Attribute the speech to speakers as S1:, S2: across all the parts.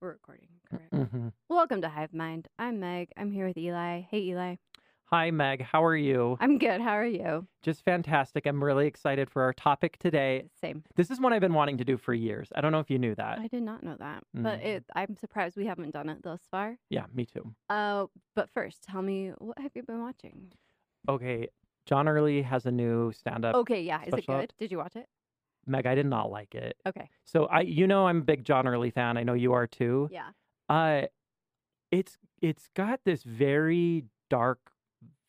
S1: We're recording, correct.
S2: hmm
S1: Welcome to Hive Mind. I'm Meg. I'm here with Eli. Hey, Eli.
S2: Hi, Meg. How are you?
S1: I'm good. How are you?
S2: Just fantastic. I'm really excited for our topic today.
S1: Same.
S2: This is one I've been wanting to do for years. I don't know if you knew that.
S1: I did not know that, but
S2: Mm.
S1: it, I'm surprised we haven't done it thus far.
S2: Yeah, me too.
S1: Uh, but first, tell me what have you been watching?
S2: Okay, John Early has a new stand-up.
S1: Okay, yeah, is it
S2: Uh, special
S1: good?
S2: ops.
S1: Did you watch it?
S2: Meg, I did not like it.
S1: Okay,
S2: So I, you know, I'm a big John Early fan. I know you are too.
S1: yeah,
S2: Uh, it's it's got this very dark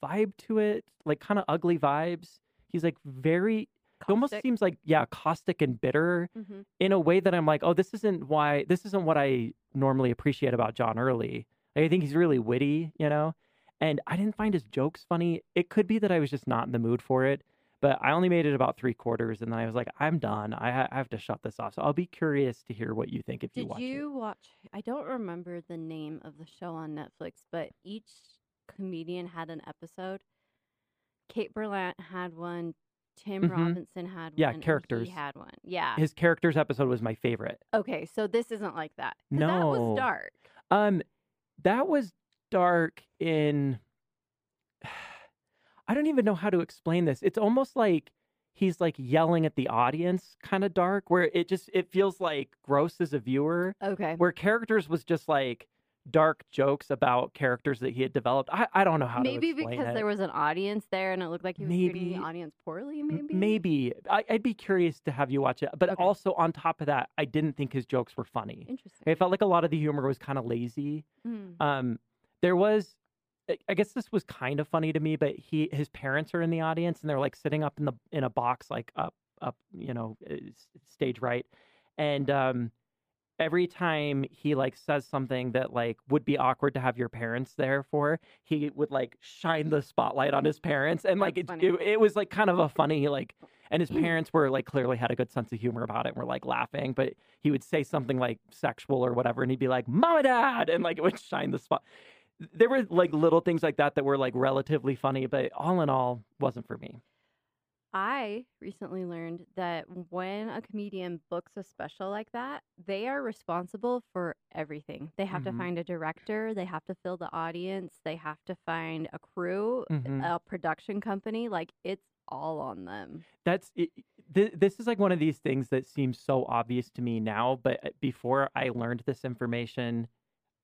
S2: vibe to it, like kind of ugly vibes. He's like very. It almost seems like yeah, caustic and bitter.
S1: hmm
S2: in a way that I'm like, oh, this isn't why this isn't what I normally appreciate about John Early. Like, I think he's really witty, you know. And I didn't find his jokes funny. It could be that I was just not in the mood for it, but I only made it about three quarters, and then I was like, I'm done. I, ha- I have to shut this off. So I'll be curious to hear what you think if you
S1: Did
S2: watch
S1: you watch? I don't remember the name of the show on Netflix, but each comedian had an episode. Kate Berlant had one. Tim
S2: Mhm.
S1: Robinson had
S2: Yeah,
S1: one. and
S2: characters.
S1: He had one. Yeah.
S2: it. His characters episode was my favorite.
S1: okay, so this isn't like that. 'Cause That
S2: No.
S1: was dark.
S2: Um, that was dark in. I don't even know how to explain this. It's almost like he's like yelling at the audience, kind of dark, where it just it feels like gross as a viewer.
S1: Okay.
S2: Where characters was just like dark jokes about characters that he had developed. I, I don't know how
S1: Maybe
S2: to explain
S1: because
S2: it.
S1: there was an audience there and it looked like he was treating the
S2: Maybe-
S1: audience poorly,
S2: M-
S1: maybe?
S2: maybe I, I'd be curious to have you watch it. But
S1: Okay.
S2: also on top of that, I didn't think his jokes were funny.
S1: Interesting.
S2: I felt like a lot of the humor was kind of lazy.
S1: Mm.
S2: um there was I- i guess this was kind of funny to me but he his parents are in the audience and they're like sitting up in the in a box like uh, up up you know uh, s- stage right and um every time he like says something that like would be awkward to have your parents there for he would like shine the spotlight on his parents and like
S1: That's
S2: it,
S1: funny.
S2: it, it was like kind of a funny like and his parents were like clearly had a good sense of humor about it and were like laughing but he would say something like sexual or whatever, and he'd be like, "Mom and Dad," and like it would shine the spot. There were like little things like that that were like relatively funny, but all in all, wasn't for me.
S1: I recently learned that when a comedian books a special like that, they are responsible for everything. They have
S2: Mhm.
S1: to find a director, they have to fill the audience, they have to find a crew,
S2: Mhm.
S1: a production company. Like, it's all on them.
S2: That's it, th- this is like one of these things that seems so obvious to me now, but uh, before I learned this information,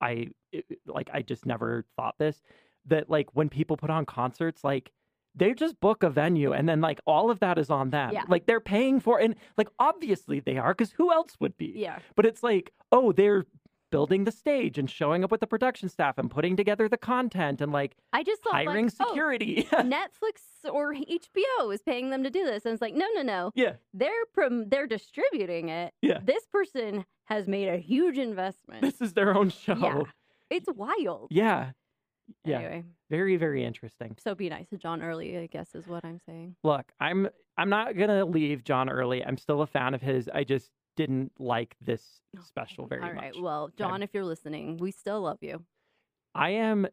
S2: I it, it- like I just never thought this that like when people put on concerts, like they just book a venue and then like all of that is on them.
S1: Yeah.
S2: Like they're paying for and like obviously they are because who else would be?
S1: Yeah.
S2: But it's like, oh, they're building the stage and showing up with the production staff and putting together the content and like
S1: I just thought,
S2: hiring
S1: like, oh,
S2: security.
S1: Netflix or HBO is paying them to do this. And it's like, no, no, no.
S2: yeah.
S1: They're prom- they're distributing it.
S2: Yeah.
S1: This person has made a huge investment.
S2: This is their own show.
S1: Yeah. It's wild.
S2: Yeah. Yeah.
S1: Anyway,
S2: Very, very interesting.
S1: so be nice to John Early, I guess, is what I'm saying.
S2: Look, I'm I'm not gonna leave John early. I'm still a fan of his. I just didn't like this special very
S1: Oh, All right.
S2: much.
S1: Well, John, if you're listening, we still love you.
S2: I am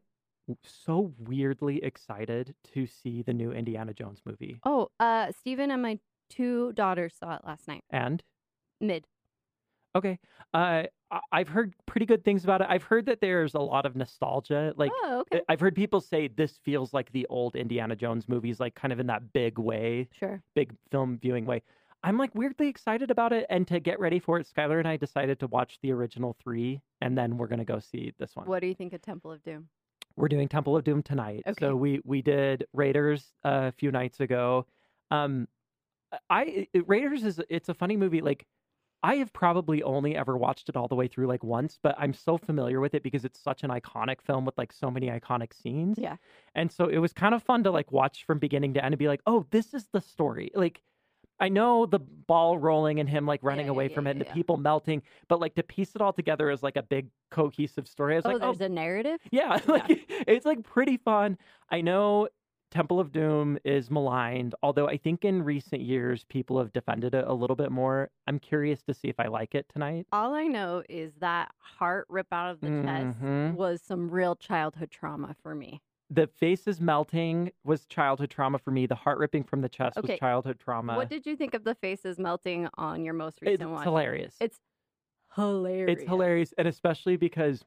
S2: so weirdly excited to see the new Indiana Jones movie.
S1: Oh, uh, Stephen and my two daughters saw it last night.
S2: And
S1: Mid.
S2: okay. Uh I- I've heard pretty good things about it. I've heard that there's a lot of nostalgia. Like
S1: oh,
S2: I-
S1: okay.
S2: I've heard people say this feels like the old Indiana Jones movies, like kind of in that big way,
S1: Sure.
S2: big film viewing way. I'm like weirdly excited about it. And to get ready for it, Skylar and I decided to watch the original three, and then we're going to go see this one.
S1: What do you think of Temple of Doom?
S2: We're doing Temple of Doom tonight.
S1: Okay.
S2: So we, we did Raiders uh, a few nights ago. Um, I it- Raiders is it's a funny movie. Like I have probably only ever watched it all the way through like once, but I'm so familiar with it because it's such an iconic film with like so many iconic scenes.
S1: Yeah.
S2: And so it was kind of fun to like watch from beginning to end and be like, oh, this is the story. Like I know the ball rolling and him like running
S1: yeah,
S2: away
S1: yeah,
S2: from it and
S1: yeah,
S2: the
S1: yeah.
S2: people melting, but like to piece it all together as like a big cohesive story. I was
S1: oh,
S2: like, oh,
S1: there's a narrative?
S2: yeah,
S1: Yeah.
S2: like it's like pretty fun. I know Temple of Doom is maligned, although I think in recent years people have defended it a little bit more. I'm curious to see if I like it tonight.
S1: All I know is that heart rip out of the
S2: Mhm.
S1: chest was some real childhood trauma for me.
S2: The faces melting was childhood trauma for me. The heart ripping from the chest
S1: Okay.
S2: was childhood trauma.
S1: What did you think of the faces melting on your most
S2: it's
S1: recent one?
S2: hilarious.
S1: It's hilarious.
S2: It's hilarious, and especially because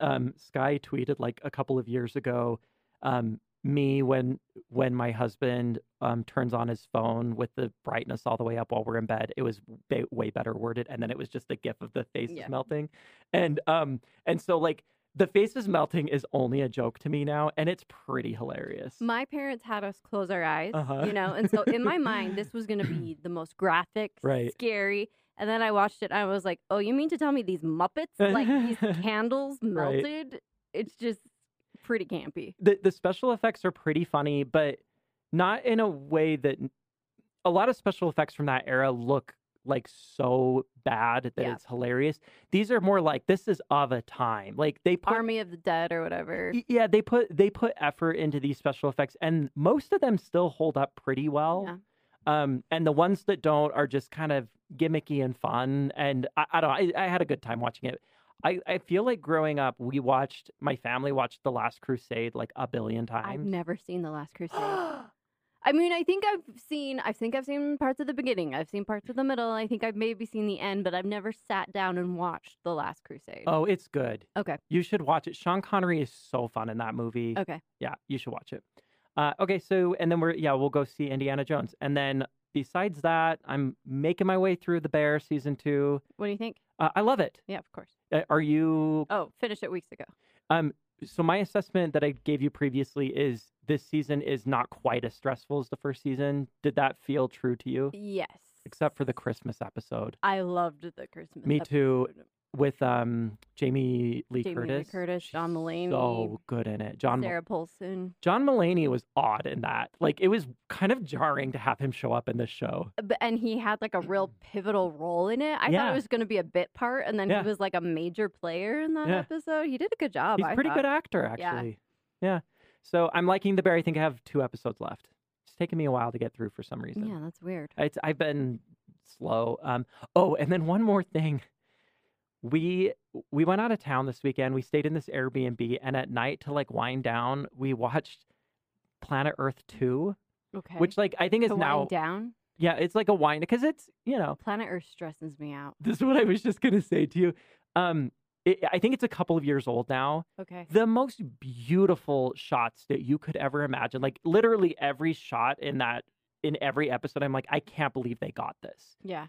S2: um, Sky tweeted like a couple of years ago, um, me when when my husband um, turns on his phone with the brightness all the way up while we're in bed. It was ba- way better worded, and then it was just a gif of the faces
S1: Yeah.
S2: melting, and um and so like the faces melting is only a joke to me now, and it's pretty hilarious.
S1: My parents had us close our eyes,
S2: Uh-huh.
S1: you know, and so in my mind, this was going to be the most graphic,
S2: Right.
S1: scary. And then I watched it, and I was like, "Oh, you mean to tell me these Muppets, like these candles
S2: Right.
S1: melted? It's just pretty campy."
S2: the the special effects are pretty funny, but not in a way that a lot of special effects from that era look like so bad that
S1: Yeah.
S2: it's hilarious. These are more like this is of a time. Like they put
S1: Army of the Dead or whatever.
S2: y- yeah, they put they put effort into these special effects and most of them still hold up pretty well.
S1: Yeah.
S2: Um and the ones that don't are just kind of gimmicky and fun and I, I don't I, I had a good time watching it. I, I feel like growing up we watched my family watched The Last Crusade like a billion
S1: I've
S2: times.
S1: never seen The Last Crusade. I mean, I think I've seen, I think I've seen parts of the beginning. I've seen parts of the middle. I think I've maybe seen the end, but I've never sat down and watched The Last Crusade.
S2: oh, it's good.
S1: Okay. Oh.
S2: You should watch it. Sean Connery is so fun in that movie.
S1: Okay.
S2: Yeah, you should watch it. Uh, okay, so and then we're yeah, we'll go see Indiana Jones. And then besides that, I'm making my way through The Bear season 2.
S1: What do you think?
S2: Uh, I love it.
S1: Yeah, of course.
S2: Uh, Are you
S1: Oh, finished it weeks ago. Oh.
S2: so my assessment that I gave you previously is this season is not quite as stressful as the first season. Did that feel true to you?
S1: Yes.
S2: Except for the Christmas episode
S1: I loved the Christmas.
S2: Me too.
S1: episode.
S2: with um Jamie Lee
S1: Jamie Lee
S2: Curtis.
S1: Curtis, John
S2: She's
S1: Mulaney,
S2: So good in it. John Mul-
S1: Sarah Paulson.
S2: John Mulaney was odd in that. Like it was kind of jarring to have him show up in this show.
S1: B- And he had like a real pivotal role in it. I thought
S2: Mm. Yeah.
S1: it was going to be a bit part, and then
S2: Yeah.
S1: he was like a major player in that
S2: Yeah.
S1: episode. He did a good job.
S2: He's a
S1: Oh, I
S2: pretty
S1: thought.
S2: good actor,
S1: Yeah.
S2: actually. Yeah. So I'm liking the bear. I think I have two episodes left. It's taken me a while to get through for some reason.
S1: Yeah, that's weird.
S2: It's I've been slow. Um oh, and then one more thing. We we went out of town this weekend. We stayed in this Airbnb and at night to like wind down, we watched Planet Earth 2,
S1: Okay.
S2: which like I think is
S1: To wind
S2: now
S1: down.
S2: yeah, it's like a wind because it's, you know,
S1: Planet Earth stresses me out.
S2: this is what I was just gonna say to you. Um, it, I think it's a couple of years old now.
S1: Okay.
S2: The most beautiful shots that you could ever imagine, like literally every shot in that in every episode, I'm like, I can't believe they got this.
S1: Yeah.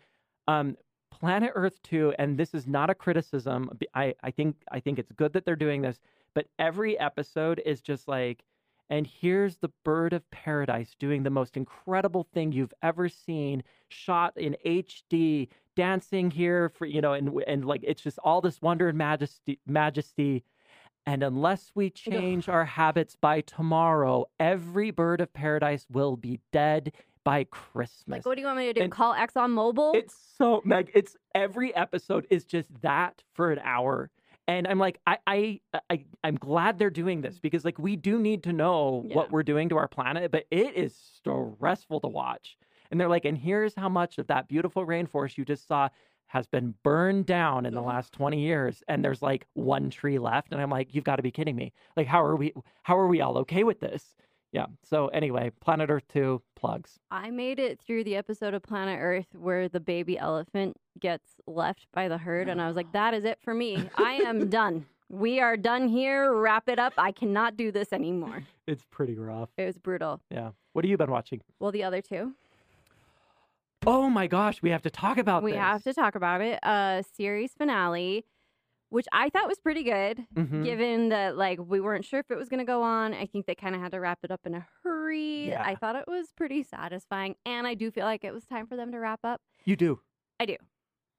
S2: Um, Planet Earth 2, and this is not a criticism. b- I, I think I think it's good that they're doing this, but every episode is just like, and here's the bird of paradise doing the most incredible thing you've ever seen, shot in HD, dancing here for you know, and w- and like it's just all this wonder and majesty majesty. And unless we change our habits by tomorrow, every bird of paradise will be dead by Christmas.
S1: Like, what do you want me to do?
S2: And-
S1: Call ExxonMobil?
S2: It's so Meg. It's every episode is just that for an hour, and I'm like, I, I, I I'm glad they're doing this because like we do need to know
S1: Yeah.
S2: what we're doing to our planet, but it is stressful to watch. And they're like, and here's how much of that beautiful rainforest you just saw has been burned down in the
S1: Ugh.
S2: last 20 years and there's like one tree left and I'm like you've got to be kidding me like how are we how are we all okay with this yeah so anyway planet earth 2 plugs
S1: I made it through the episode of Planet Earth where the baby elephant gets left by the herd, and I was like, that is it for me. I am done. We are done here. Wrap it up. I cannot do this anymore.
S2: it's pretty rough
S1: It was brutal.
S2: yeah what have you been watching
S1: Well, the other two,
S2: Oh my gosh, we have to talk about
S1: we
S2: this.
S1: have to talk about it. Uh, series finale, which I thought was pretty good.
S2: Mhm.
S1: given that like we weren't sure if it was going to go on i think they kind of had to wrap it up in a hurry
S2: Yeah.
S1: i thought it was pretty satisfying and i do feel like it was time for them to wrap up
S2: You do.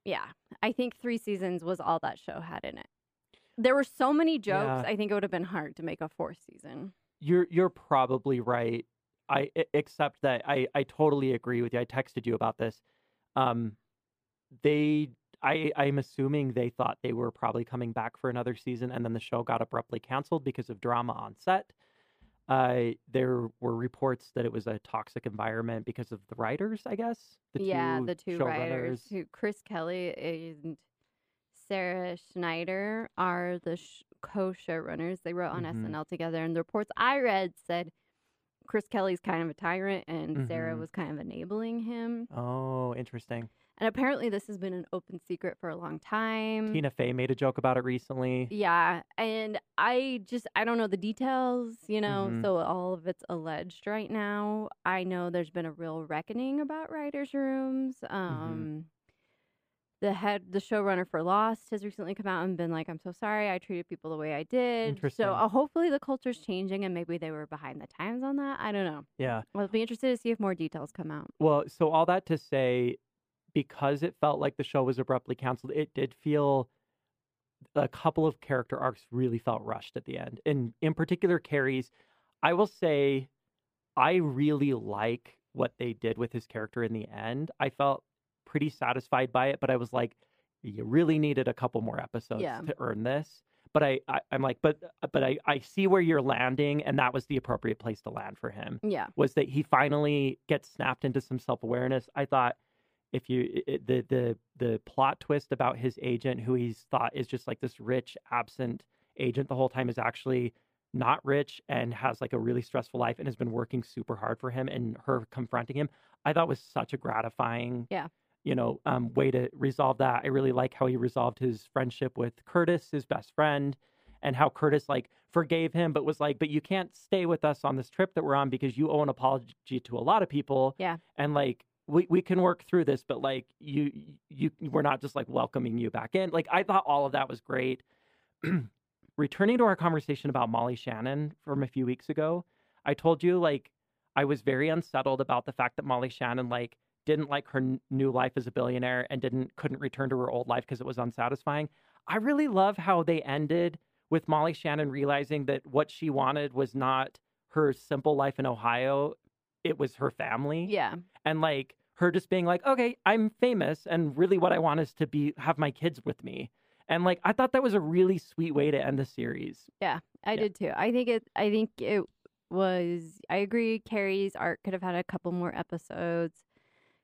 S1: yeah i think three seasons was all that show had in it there were so many jokes i think it would have been hard to make a fourth season
S2: You're you're probably right. I e- except that I I totally agree with you. I texted you about this. Um, they I I'm assuming they thought they were probably coming back for another season, and then the show got abruptly canceled because of drama on set. Uh, there were reports that it was a toxic environment because of the writers. I guess the
S1: yeah
S2: two
S1: the two writers who chris kelly and sarah schneider are the sh- co-showrunners they wrote on
S2: Mhm.
S1: snl together and the reports i read said chris kelly's kind of a tyrant and sarah
S2: Mhm.
S1: was kind of enabling him
S2: showrunners. Oh, interesting.
S1: And apparently, this has been an open secret for a long time.
S2: Tina Fey made a joke about it recently.
S1: Yeah, and I just I don't know the details, you know.
S2: Mhm.
S1: So all of it's alleged right now. I know there's been a real reckoning about writers' rooms. Um, The head, the showrunner for Lost, has recently come out and been like, "I'm so sorry, I treated people the way I did."
S2: Interesting.
S1: So uh, hopefully the culture's changing, and maybe they were behind the times on that. I don't know.
S2: Yeah.
S1: I'll be interested to see if more details come out.
S2: Well, so all that to say, because it felt like the show was abruptly canceled, it did feel a couple of character arcs really felt rushed at the end. And in particular, Carrie's, I will say, I really like what they did with his character in the end. I felt pretty satisfied by it, but I was like, you really needed a couple more episodes
S1: Yeah.
S2: to earn this. But I, I, I'm like, but but I, I see where you're landing, and that was the appropriate place to land for him
S1: Yeah,
S2: was that he finally gets snapped into some self awareness. I thought if you i- i the the the plot twist about his agent, who he's thought is just like this rich, absent agent the whole time, is actually not rich and has like a really stressful life and has been working super hard for him and her confronting him i thought was such a gratifying
S1: Yeah.
S2: you know um, way to resolve that i really like how he resolved his friendship with curtis his best friend and how Curtis like forgave him, but was like, "But you can't stay with us on this trip that we're on because you owe an apology to a lot of people."
S1: Yeah.
S2: and like we we can work through this, but like you you we're not just like welcoming you back in. Like I thought all of that was great. Returning to our conversation about Molly Shannon from a few weeks ago, I told you like I was very unsettled about the fact that Molly Shannon like didn't like her n- new life as a billionaire and didn't couldn't return to her old life because it was unsatisfying. I really love how they ended with Molly Shannon realizing that what she wanted was not her simple life in Ohio, it was her family.
S1: yeah,
S2: And like her just being like, okay, I'm famous and really what I want is to be have my kids with me. And like I thought that was a really sweet way to end the series.
S1: I
S2: Yeah.
S1: did too. I think it. I think it was. I agree. Carrie's arc could have had a couple more episodes.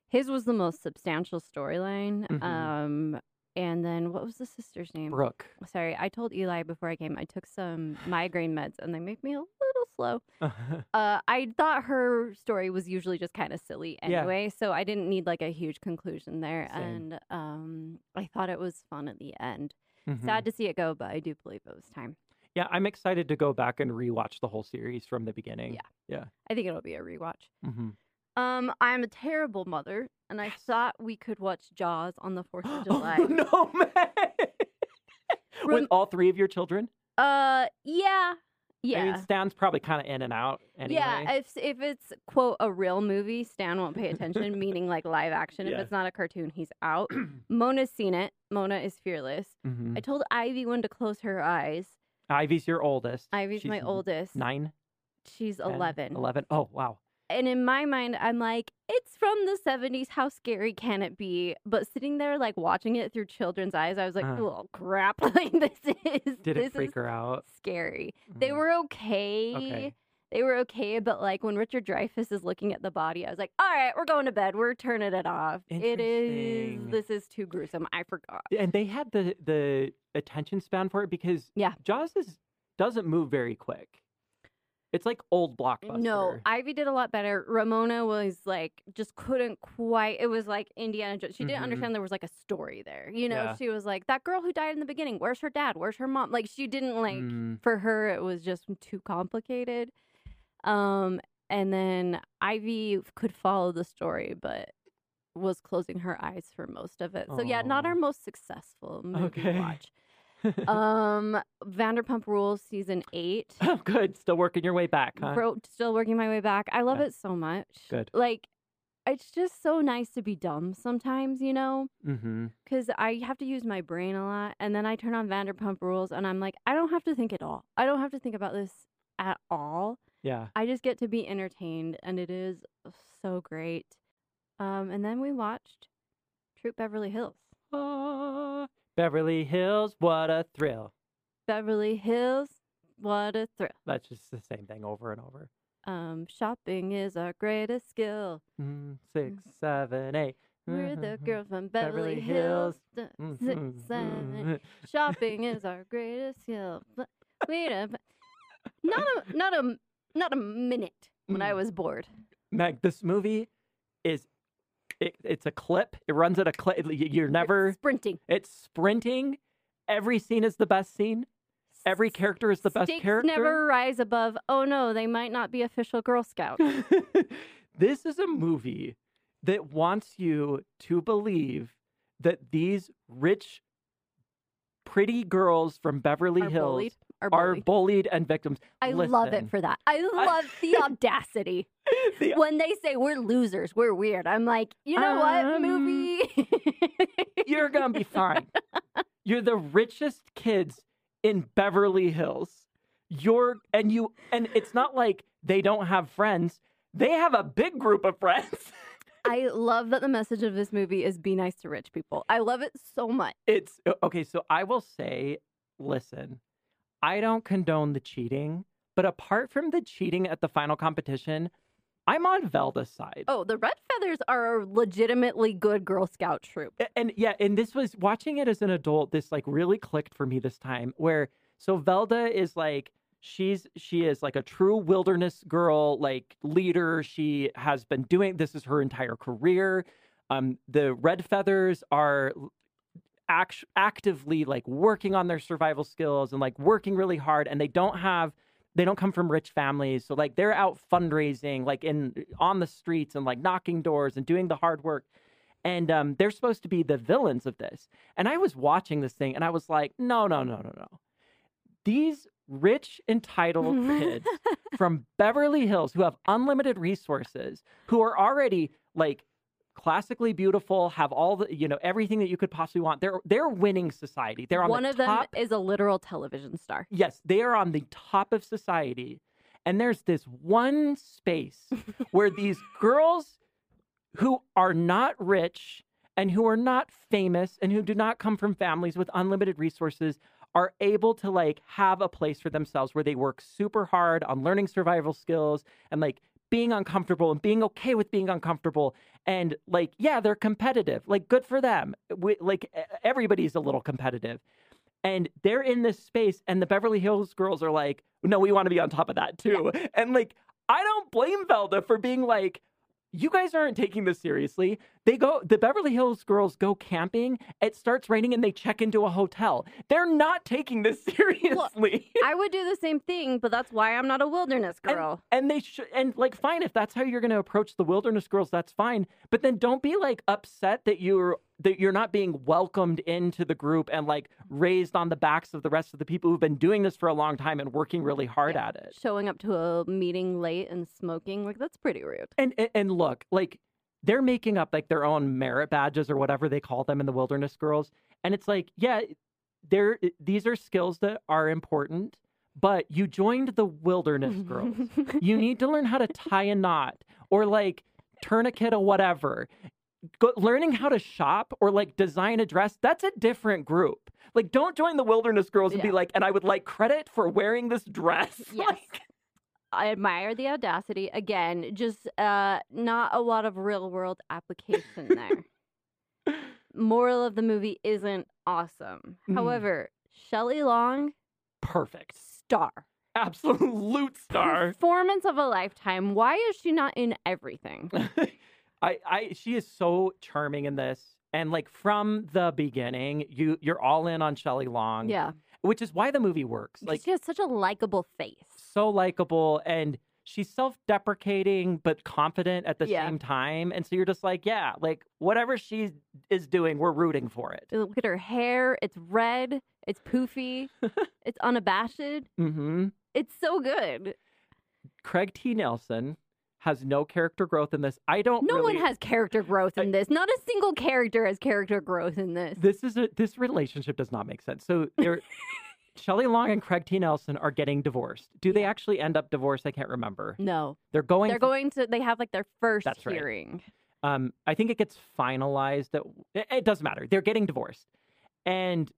S1: His was the most substantial storyline.
S2: Mhm.
S1: Um, and then what was the sister's name?
S2: Brooke.
S1: Sorry, I told Eli before I came. I took some migraine meds, and they make me a little slow.
S2: Mm-hmm.
S1: Uh, I thought her story was usually just kind of silly
S2: Yeah.
S1: anyway, so I didn't need like a huge conclusion there.
S2: Same.
S1: And um, I thought it was fun at the end.
S2: Mhm.
S1: Sad to see it go, but I do believe it was time.
S2: Yeah, I'm excited to go back and rewatch the whole series from the beginning.
S1: Yeah. I think it'll be a rewatch.
S2: hmm
S1: Um, I'm a terrible mother, and I
S2: Yes.
S1: thought we could watch Jaws on the Fourth of July.
S2: no, man. With
S1: Rem-
S2: all three of your children?
S1: uh, yeah, yeah,
S2: I mean, Stan's probably kind of in and out anyway.
S1: yeah. If if it's quote a real movie, Stan won't pay attention. meaning like live action. If
S2: Yeah.
S1: it's not a cartoon, he's out. Mona's seen it. Mona is fearless.
S2: Mhm.
S1: I told Ivy when to close her eyes.
S2: Ivy's your oldest.
S1: Ivy's
S2: She's
S1: my oldest.
S2: Nine?
S1: She's
S2: 10,
S1: 11.
S2: 11. Oh, wow.
S1: and in my mind i'm like it's from the 70s how scary can it be but sitting there like watching it through children's eyes i was like
S2: Uh-huh.
S1: oh crap like this is
S2: Did
S1: this
S2: it freak
S1: is
S2: her out?
S1: scary they
S2: Mm.
S1: were okay.
S2: Okay.
S1: they were okay but like when richard dreyfuss is looking at the body i was like all right we're going to bed we're turning it off it is
S2: Interesting.
S1: this is too gruesome i forgot
S2: And they had the the attention span for it because
S1: Yeah.
S2: Jaws is, doesn't move very quick. It's like old blockbuster.
S1: No, Ivy did a lot better. Ramona was like just couldn't quite. It was like Indiana Jones. She didn't
S2: Mhm.
S1: understand there was like a story there. You know,
S2: Yeah.
S1: she was like that girl who died in the beginning. Where's her dad? Where's her mom? Like she didn't like
S2: Mm,
S1: for her. It was just too complicated. Um, and then Ivy could follow the story, but was closing her eyes for most of it. So yeah, not
S2: Aw.
S1: our most successful movie
S2: Okay.
S1: watch. um, Vanderpump Rules season eight
S2: Good. Still working your way back, huh?
S1: bro still working my way back i love
S2: Yeah.
S1: it so much
S2: Good.
S1: like it's just so nice to be dumb sometimes you know
S2: mm-hmm.
S1: because i have to use my brain a lot and then i turn on vanderpump rules and i'm like i don't have to think at all i don't have to think about this at all
S2: Yeah.
S1: i just get to be entertained and it is so great um and then we watched troop beverly hills
S2: Ah, Beverly Hills, what a thrill.
S1: beverly hills what a thrill
S2: That's just the same thing over and over.
S1: um shopping is our greatest skill
S2: Mm, six, seven, eight.
S1: We're the
S2: Mhm.
S1: girl from Beverly,
S2: Beverly
S1: Hills.
S2: Hills.
S1: Th-
S2: Mm,
S1: six,
S2: mm,
S1: seven.
S2: mm.
S1: Shopping is our greatest skill. But Wait a not a not a not a minute when I
S2: Mm.
S1: was bored.
S2: Meg, this movie is it, it's a clip. It runs at a clip. You're never.
S1: sprinting.
S2: It's sprinting. Every scene is the best scene. Every character is the best
S1: Stakes
S2: character.
S1: never rise above. Oh no, they might not be official Girl Scout.
S2: this is a movie that wants you to believe that these rich, pretty girls from Beverly
S1: Are
S2: Hills
S1: bullied. Are
S2: are
S1: bullied.
S2: bullied and victims.
S1: I love it
S2: Listen,
S1: for that. I love the audacity.
S2: the-
S1: When they say we're losers, we're weird. I'm like, you know what,
S2: Um,
S1: movie?
S2: you're gonna be fine. You're the richest kids in Beverly Hills. You're and you and it's not like they don't have friends. They have a big group of friends.
S1: I love that the message of this movie is be nice to rich people. I love it so much.
S2: It's okay, so I will say, listen, I don't condone the cheating, but apart from the cheating at the final competition, I'm on Velda's side.
S1: Oh, the Red Feathers are a legitimately good Girl Scout troop.
S2: A- and yeah, and this was watching it as an adult. This like really clicked for me this time. Where so Velda is like she's she is like a true wilderness girl, like leader. She has been doing this is her entire career. Um, the red feathers are l- act- actively like working on their survival skills and like working really hard, and they don't have they don't come from rich families so like they're out fundraising like in on the streets and like knocking doors and doing the hard work and um, they're supposed to be the villains of this. And I was watching this thing, and I was like, no, no, no, no, no. These rich, entitled kids from Beverly Hills who have unlimited resources, who are already like classically beautiful, have all the you know everything that you could possibly want. They're they're winning society. They're on
S1: One
S2: the
S1: of
S2: top.
S1: them is a literal television star.
S2: Yes, they are on the top of society. And there's this one space where these girls who are not rich and who are not famous and who do not come from families with unlimited resources are able to like have a place for themselves where they work super hard on learning survival skills and like being uncomfortable and being okay with being uncomfortable and like yeah they're competitive like good for them we, like e- everybody's a little competitive and they're in this space and the beverly hills girls are like no we want to be on top of that too and like i don't blame velda for being like you guys aren't taking this seriously they go the beverly hills girls go camping it starts raining and they check into a hotel they're not taking this seriously
S1: I would do the same thing, but that's why I'm not a wilderness girl.
S2: And they should, and like, fine, if that's how you're going to approach the wilderness girls, that's fine. But then don't be like upset that you're that you're not being welcomed into the group and like raised on the backs of the rest of the people who've been doing this for a long time and working really hard at it.
S1: Showing up to a meeting late and smoking, like that's pretty rude.
S2: And and- and look, like they're making up like their own merit badges or whatever they call them in the wilderness girls, and it's like, yeah, there these are skills that are important, but you joined the wilderness girls. you need to learn how to tie a knot or like tourniquet or whatever. Go, learning how to shop or like design a dress, that's a different group. Like, don't join the Wilderness Girls and be
S1: Yeah.
S2: like, and I would like credit for wearing this dress.
S1: Yes.
S2: Like,
S1: I admire the audacity. Again, just uh, not a lot of real world application there. Moral of the movie isn't awesome.
S2: Mm.
S1: However, Shelley Long,
S2: perfect.
S1: star.
S2: Absolute star.
S1: Performance of a lifetime. Why is she not in everything?
S2: I, I, she is so charming in this. And like from the beginning, you you're all in on Shelley Long,
S1: Yeah.
S2: which is why the movie works. Like
S1: she has such a likable face.
S2: so likable and she's self-deprecating but confident at the
S1: Yeah.
S2: same time and so you're just like yeah like whatever she is doing we're rooting for it
S1: Look at her hair. It's red. It's poofy. it's unabashed.
S2: hmm
S1: It's so good.
S2: craig t nelson has no character growth in this i don't
S1: No
S2: really-
S1: one has character growth in this. Not a single character has character growth in this.
S2: this is a this relationship does not make sense so they're Shelley Long and Craig T. Nelson are getting divorced. Do they actually end up divorced? I can't remember.
S1: No.
S2: They're going.
S1: They're going to they have like their first
S2: That's right.
S1: hearing.
S2: um, I think it gets finalized. At, it- it doesn't matter. They're getting divorced. And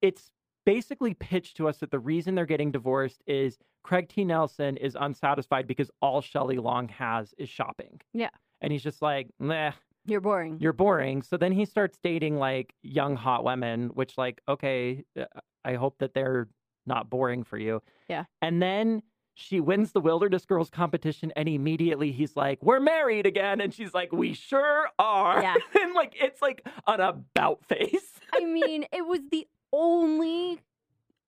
S2: it's basically pitched to us that the reason they're getting divorced is Craig T. Nelson is unsatisfied because all Shelley Long has is shopping.
S1: Yeah.
S2: And he's just like, nah,
S1: You're boring.
S2: you're boring. So then he starts dating like young hot women, which like, okay, uh, I hope that they're not boring for you.
S1: Yeah.
S2: And then She wins the Wilderness Girls competition, and immediately he's like, "We're married again," and she's like, "We sure are."
S1: Yeah.
S2: and like it's like an about face.
S1: I mean, it was the only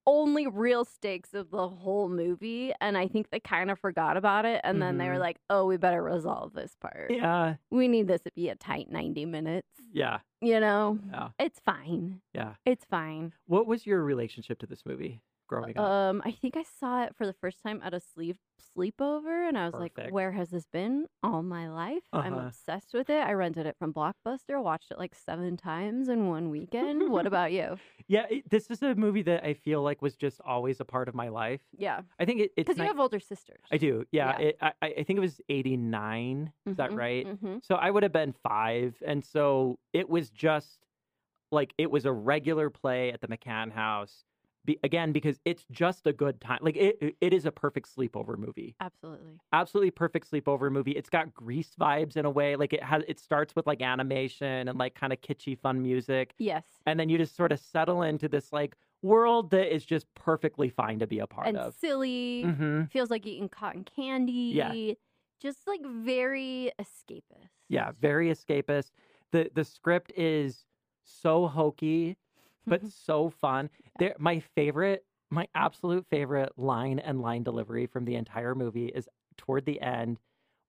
S1: only real stakes of the whole movie and I think they kind of forgot about it and then they were
S2: Mhm.
S1: like, "Oh, we better resolve this part.
S2: Yeah,
S1: We need this to be a tight 90 minutes."
S2: yeah,
S1: You know,
S2: yeah,
S1: it's fine.
S2: yeah.
S1: It's fine.
S2: What was your relationship to this movie growing up?
S1: Um, I think I saw it for the first time at a sleep sleepover, and I was like,
S2: Perfect.
S1: "Where has this been all my life? I'm
S2: Uh-huh.
S1: obsessed with it." I rented it from Blockbuster, watched it like seven times in one weekend. what about you?
S2: Yeah, it, this is a movie that I feel like was just always a part of my life.
S1: Yeah,
S2: I think it, it's
S1: because you
S2: ni-
S1: have older sisters.
S2: I do. Yeah,
S1: Yeah.
S2: It, I I I think it was eighty nine. Is that right?
S1: Mm-hmm.
S2: So I would have been five, and so it was just like it was a regular play at the McCann House. Be, again, because it's just a good time. Like it, it- it is a perfect sleepover movie.
S1: Absolutely.
S2: Absolutely perfect sleepover movie. It's got Grease vibes in a way. Like it has. It starts with like animation and like kind of kitschy fun music,
S1: Yes,
S2: and then you just sort of settle into this like world that is just perfectly fine to be a part
S1: and
S2: of.
S1: silly
S2: hmm
S1: feels like eating cotton candy. just like very escapist.
S2: Yeah, very escapist. the The script is so hokey, but
S1: Mm-hmm.
S2: so fun. There, my favorite, my absolute favorite line and line delivery from the entire movie is toward the end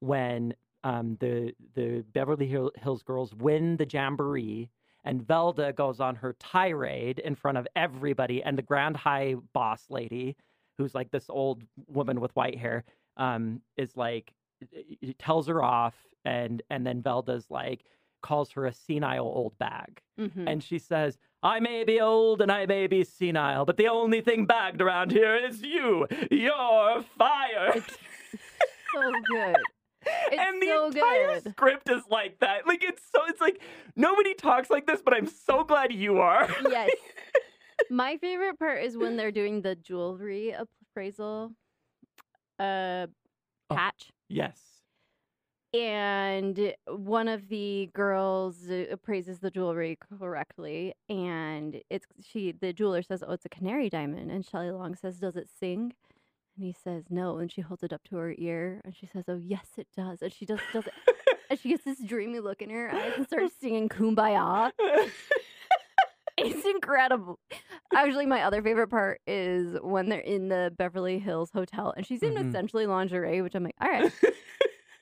S2: when um, the the Beverly Hill- Hills Girls win the jamboree. And Velda goes on her tirade in front of everybody and the Grand High boss lady, who's like this old woman with white hair, um, is like y- y- tells her off, and and then Velda's like calls her a senile old bag,
S1: Mhm.
S2: and she says, "I may be old and I may be senile, but the only thing bagged around here is you. You're fired."
S1: so good. It's
S2: and the
S1: so
S2: entire
S1: good.
S2: script is like that. Like it's so it's like nobody talks like this, but I'm so glad you are.
S1: Yes. My favorite part is when they're doing the jewelry appraisal uh,
S2: Oh.
S1: patch.
S2: yes.
S1: And one of the girls uh, appraises the jewelry correctly, and it's she. The jeweler says, "Oh, it's a canary diamond," and Shelley Long says, "Does it sing?" And he says, "No." And she holds it up to her ear, and she says, "Oh, yes, it does." And she does, does it, and she gets this dreamy look in her eyes and starts singing "Kumbaya." It's incredible. Actually, my other favorite part is when they're in the Beverly Hills Hotel and she's in
S2: Mhm.
S1: essentially lingerie, which I'm like, all right.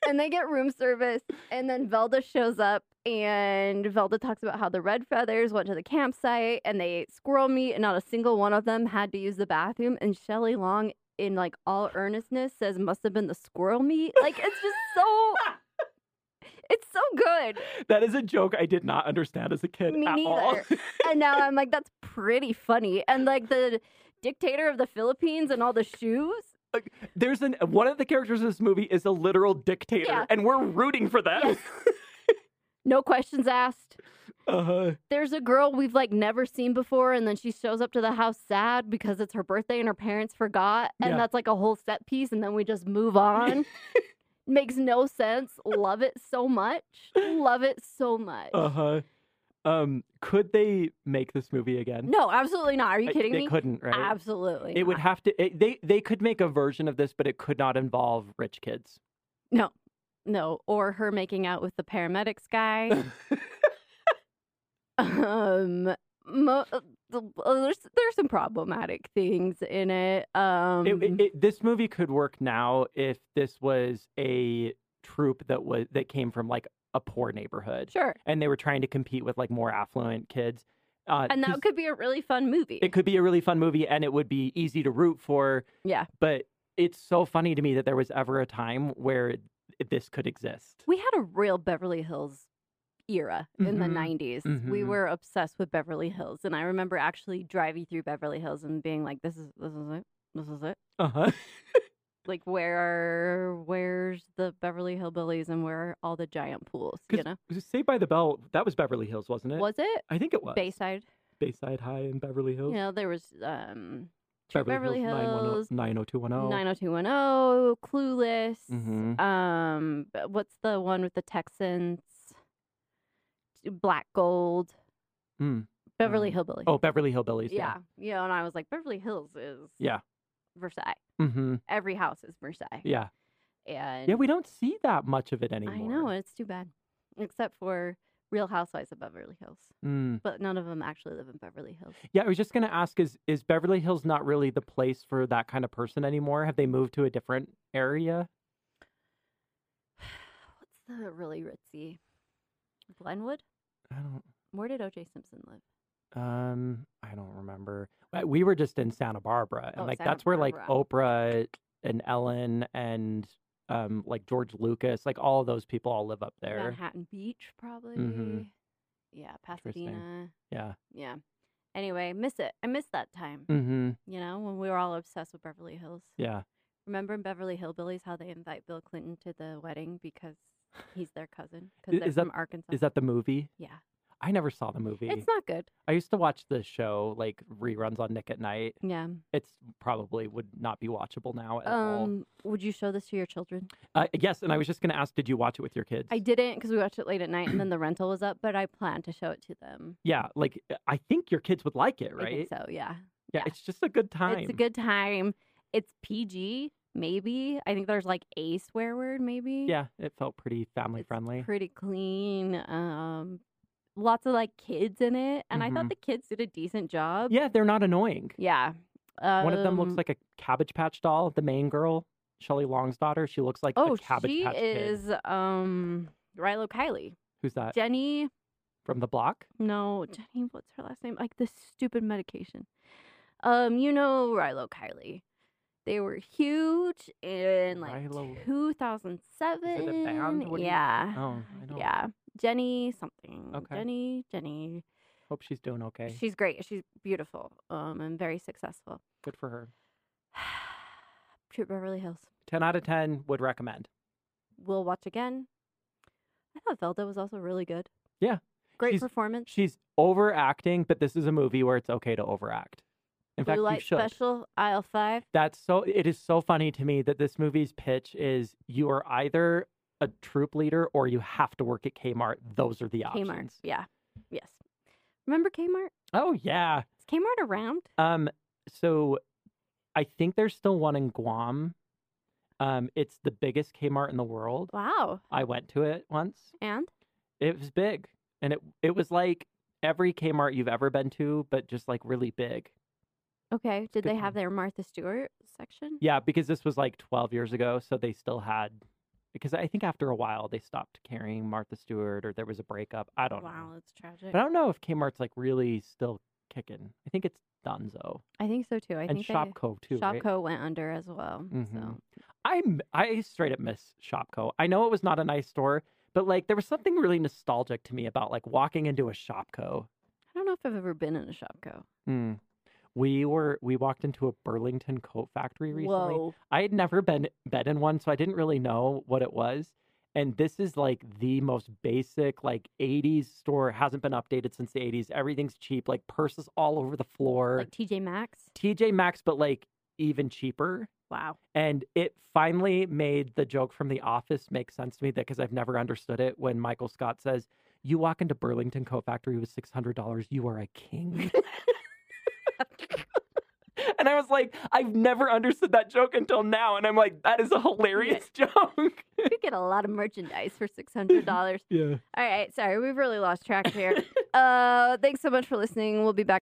S1: and they get room service, and then Velda shows up, and Velda talks about how the red feathers went to the campsite and they ate squirrel meat, and not a single one of them had to use the bathroom. And Shelley Long, in like all earnestness, says, must have been the squirrel meat. Like, it's just so. It's so good.
S2: that is a joke I did not understand as a kid
S1: Me
S2: at
S1: neither.
S2: all.
S1: and now I'm like, that's pretty funny. And like the dictator of the Philippines and all the shoes.
S2: There's an one of the characters in this movie is a literal dictator,
S1: Yeah.
S2: and we're rooting for them.
S1: Yes. No questions asked.
S2: Uh-huh.
S1: There's a girl we've like never seen before, and then she shows up to the house sad because it's her birthday and her parents forgot, and
S2: Yeah.
S1: that's like a whole set piece, and then we just move on. Makes no sense. Love it so much. Love it so much.
S2: Uh huh. Um, could they make this movie again?
S1: No, absolutely not. Are you
S2: Like,
S1: kidding
S2: they
S1: me?
S2: couldn't, right?
S1: Absolutely.
S2: It would
S1: not.
S2: have to. It, they they could make a version of this, but it could not involve rich kids.
S1: No, or her making out with the paramedics guy. um, mo- uh, the- uh, there's there's some problematic things in it. Um,
S2: It- it- it- this movie could work now if this was a troupe that was that came from like a poor neighborhood,
S1: sure,
S2: and they were trying to compete with like more affluent kids. Uh,
S1: and
S2: 'cause
S1: that could be a really fun movie.
S2: it could be a really fun movie, and it would be easy to root for.
S1: Yeah.
S2: but it's so funny to me that there was ever a time where this could exist.
S1: we had a real Beverly Hills era in the
S2: Mhm.
S1: 90s. We
S2: Mhm.
S1: were obsessed with Beverly Hills, and I remember actually driving through Beverly Hills and being like, "This is this is it." This is it.
S2: Uh huh.
S1: Like where are where's the Beverly Hillbillies and where are all the giant pools? You
S2: 'Cause
S1: know,
S2: Was it Saved by the Bell? That was Beverly Hills, wasn't it?
S1: was it
S2: I think it was.
S1: Bayside?
S2: Bayside High in Beverly Hills.
S1: You know, there was um, True
S2: Beverly, Hills, 910 90210.
S1: 90210, oh, Clueless.
S2: Mhm.
S1: Um, but what's the one with the Texans? Black Gold.
S2: Mm, Oh,
S1: Beverly
S2: um,
S1: Hillbillies.
S2: Oh, Beverly Hillbillies.
S1: yeah. yeah. and I was like, Beverly Hills is
S2: Yeah.
S1: Versailles.
S2: hmm
S1: Every house is Versailles.
S2: Yeah.
S1: And
S2: Yeah, we don't see that much of it anymore.
S1: I know and it's too bad, except for Real Housewives of Beverly Hills.
S2: Mm.
S1: But none of them actually live in Beverly Hills.
S2: Yeah, I was just gonna ask: Is is Beverly Hills not really the place for that kind of person anymore? Have they moved to a different area?
S1: What's the really ritzy? Glenwood?
S2: I don't.
S1: Where did O.J. Simpson live?
S2: Um, I don't remember. But We were just in Santa Barbara, and
S1: Oh,
S2: like
S1: Santa
S2: that's where like Oprah and Ellen and um like George Lucas, like all of those people all live up there. Mm-hmm.
S1: Manhattan Beach, probably. Yeah, Pasadena.
S2: Yeah.
S1: Yeah. Anyway, miss it. I miss that time.
S2: Mm-hmm.
S1: You know, when we were all obsessed with Beverly Hills.
S2: Yeah.
S1: Remember in Beverly Hillbillies how they invite Bill Clinton to the wedding because he's their cousin
S2: I-
S1: because they're
S2: is that-
S1: from Arkansas.
S2: Is that the movie?
S1: Yeah.
S2: I never saw the movie.
S1: It's not good.
S2: I used to watch the show like reruns on Nick at Night.
S1: Yeah.
S2: It's probably would not be watchable now at all.
S1: Um, would you show this to your children?
S2: Uh, yes, and I was just going to ask, did you watch it with your kids?
S1: I didn't because we watched it late at night and then the rental was up, but I plan to show it to them.
S2: Yeah, like uh, I think your kids would like it, right?
S1: I think so, yeah.
S2: yeah,
S1: yeah.
S2: it's just a good time.
S1: It's a good time. It's PG, maybe. I think there's like a swear word, maybe.
S2: Yeah, it felt pretty family
S1: It's
S2: friendly.
S1: Pretty clean. Um, lots of like kids in it, and I
S2: Mhm.
S1: thought the kids did a decent job.
S2: yeah, they're not annoying.
S1: Yeah. Um,
S2: One of them looks like a Cabbage Patch doll. The main girl, Shelley Long's daughter, she looks like
S1: oh,
S2: a Cabbage
S1: she
S2: Patch
S1: is
S2: kid. Uh,
S1: um Rilo Kiley.
S2: Who's that?
S1: Jenny,
S2: From the block?
S1: no, Jenny. What's her last name? Like this stupid medication. Um, you know Rilo Kiley. They were huge in like
S2: Rilo-
S1: 2007.
S2: band? What do you-
S1: yeah.
S2: Oh, I don't
S1: Yeah. Jenny something.
S2: Okay.
S1: Jenny, Jenny.
S2: hope she's doing okay.
S1: She's great. She's beautiful um, and very successful.
S2: Good for her.
S1: Trip Beverly Hills.
S2: 10 out of 10 would recommend.
S1: We'll watch again. I thought Velda was also really good.
S2: Yeah.
S1: Great
S2: She's-
S1: performance.
S2: She's overacting, but this is a movie where it's okay to overact. In
S1: Blue
S2: fact,
S1: Light
S2: you should.
S1: Special, aisle five.
S2: That's so it is so funny to me that this movie's pitch is you are either a troop leader or you have to work at Kmart. Those are the options.
S1: Kmart. Yeah. Yes. Remember Kmart?
S2: Oh yeah.
S1: Is Kmart around?
S2: Um, so I think there's still one in Guam. Um, it's the biggest Kmart in the world.
S1: Wow.
S2: I went to it once.
S1: And
S2: It was big, and it it was like every Kmart you've ever been to, but just like really big.
S1: okay, did
S2: good
S1: they
S2: to
S1: have
S2: know.
S1: their Martha Stewart section?
S2: Yeah, because this was like 12 years ago, so they still had. Because I think after a while they stopped carrying Martha Stewart, or there was a breakup. I don't
S1: wow,
S2: know.
S1: that's tragic.
S2: But I don't know if Kmart's like really still kicking. I think it's Dunzo
S1: I think so too. I
S2: and
S1: think they-
S2: Shopko too. right?
S1: Shopko went under as well.
S2: Mhm.
S1: So
S2: I m- I straight up miss Shopko. I know it was not a nice store, but like there was something really nostalgic to me about like walking into a Shopko.
S1: I don't know if I've ever been in a Shopco.
S2: Mm. We were we walked into a Burlington coat factory recently. I had never been been in one, so I didn't really know what it was. And this is like the most basic, like '80s store. It hasn't been updated since the '80s. Everything's cheap, like purses all over the floor.
S1: Like TJ Maxx.
S2: TJ Maxx, but like even cheaper.
S1: Wow.
S2: And it finally made the joke from The Office make sense to me because I've never understood it when Michael Scott says, You walk into Burlington Coat Factory with $600, you are a king. and I was like, I've never understood that joke until now. And I'm like, That is a hilarious joke.
S1: You get a lot of merchandise for six hundred dollars.
S2: Yeah.
S1: All right, sorry, we've really lost track here. uh thanks so much for listening. We'll be back.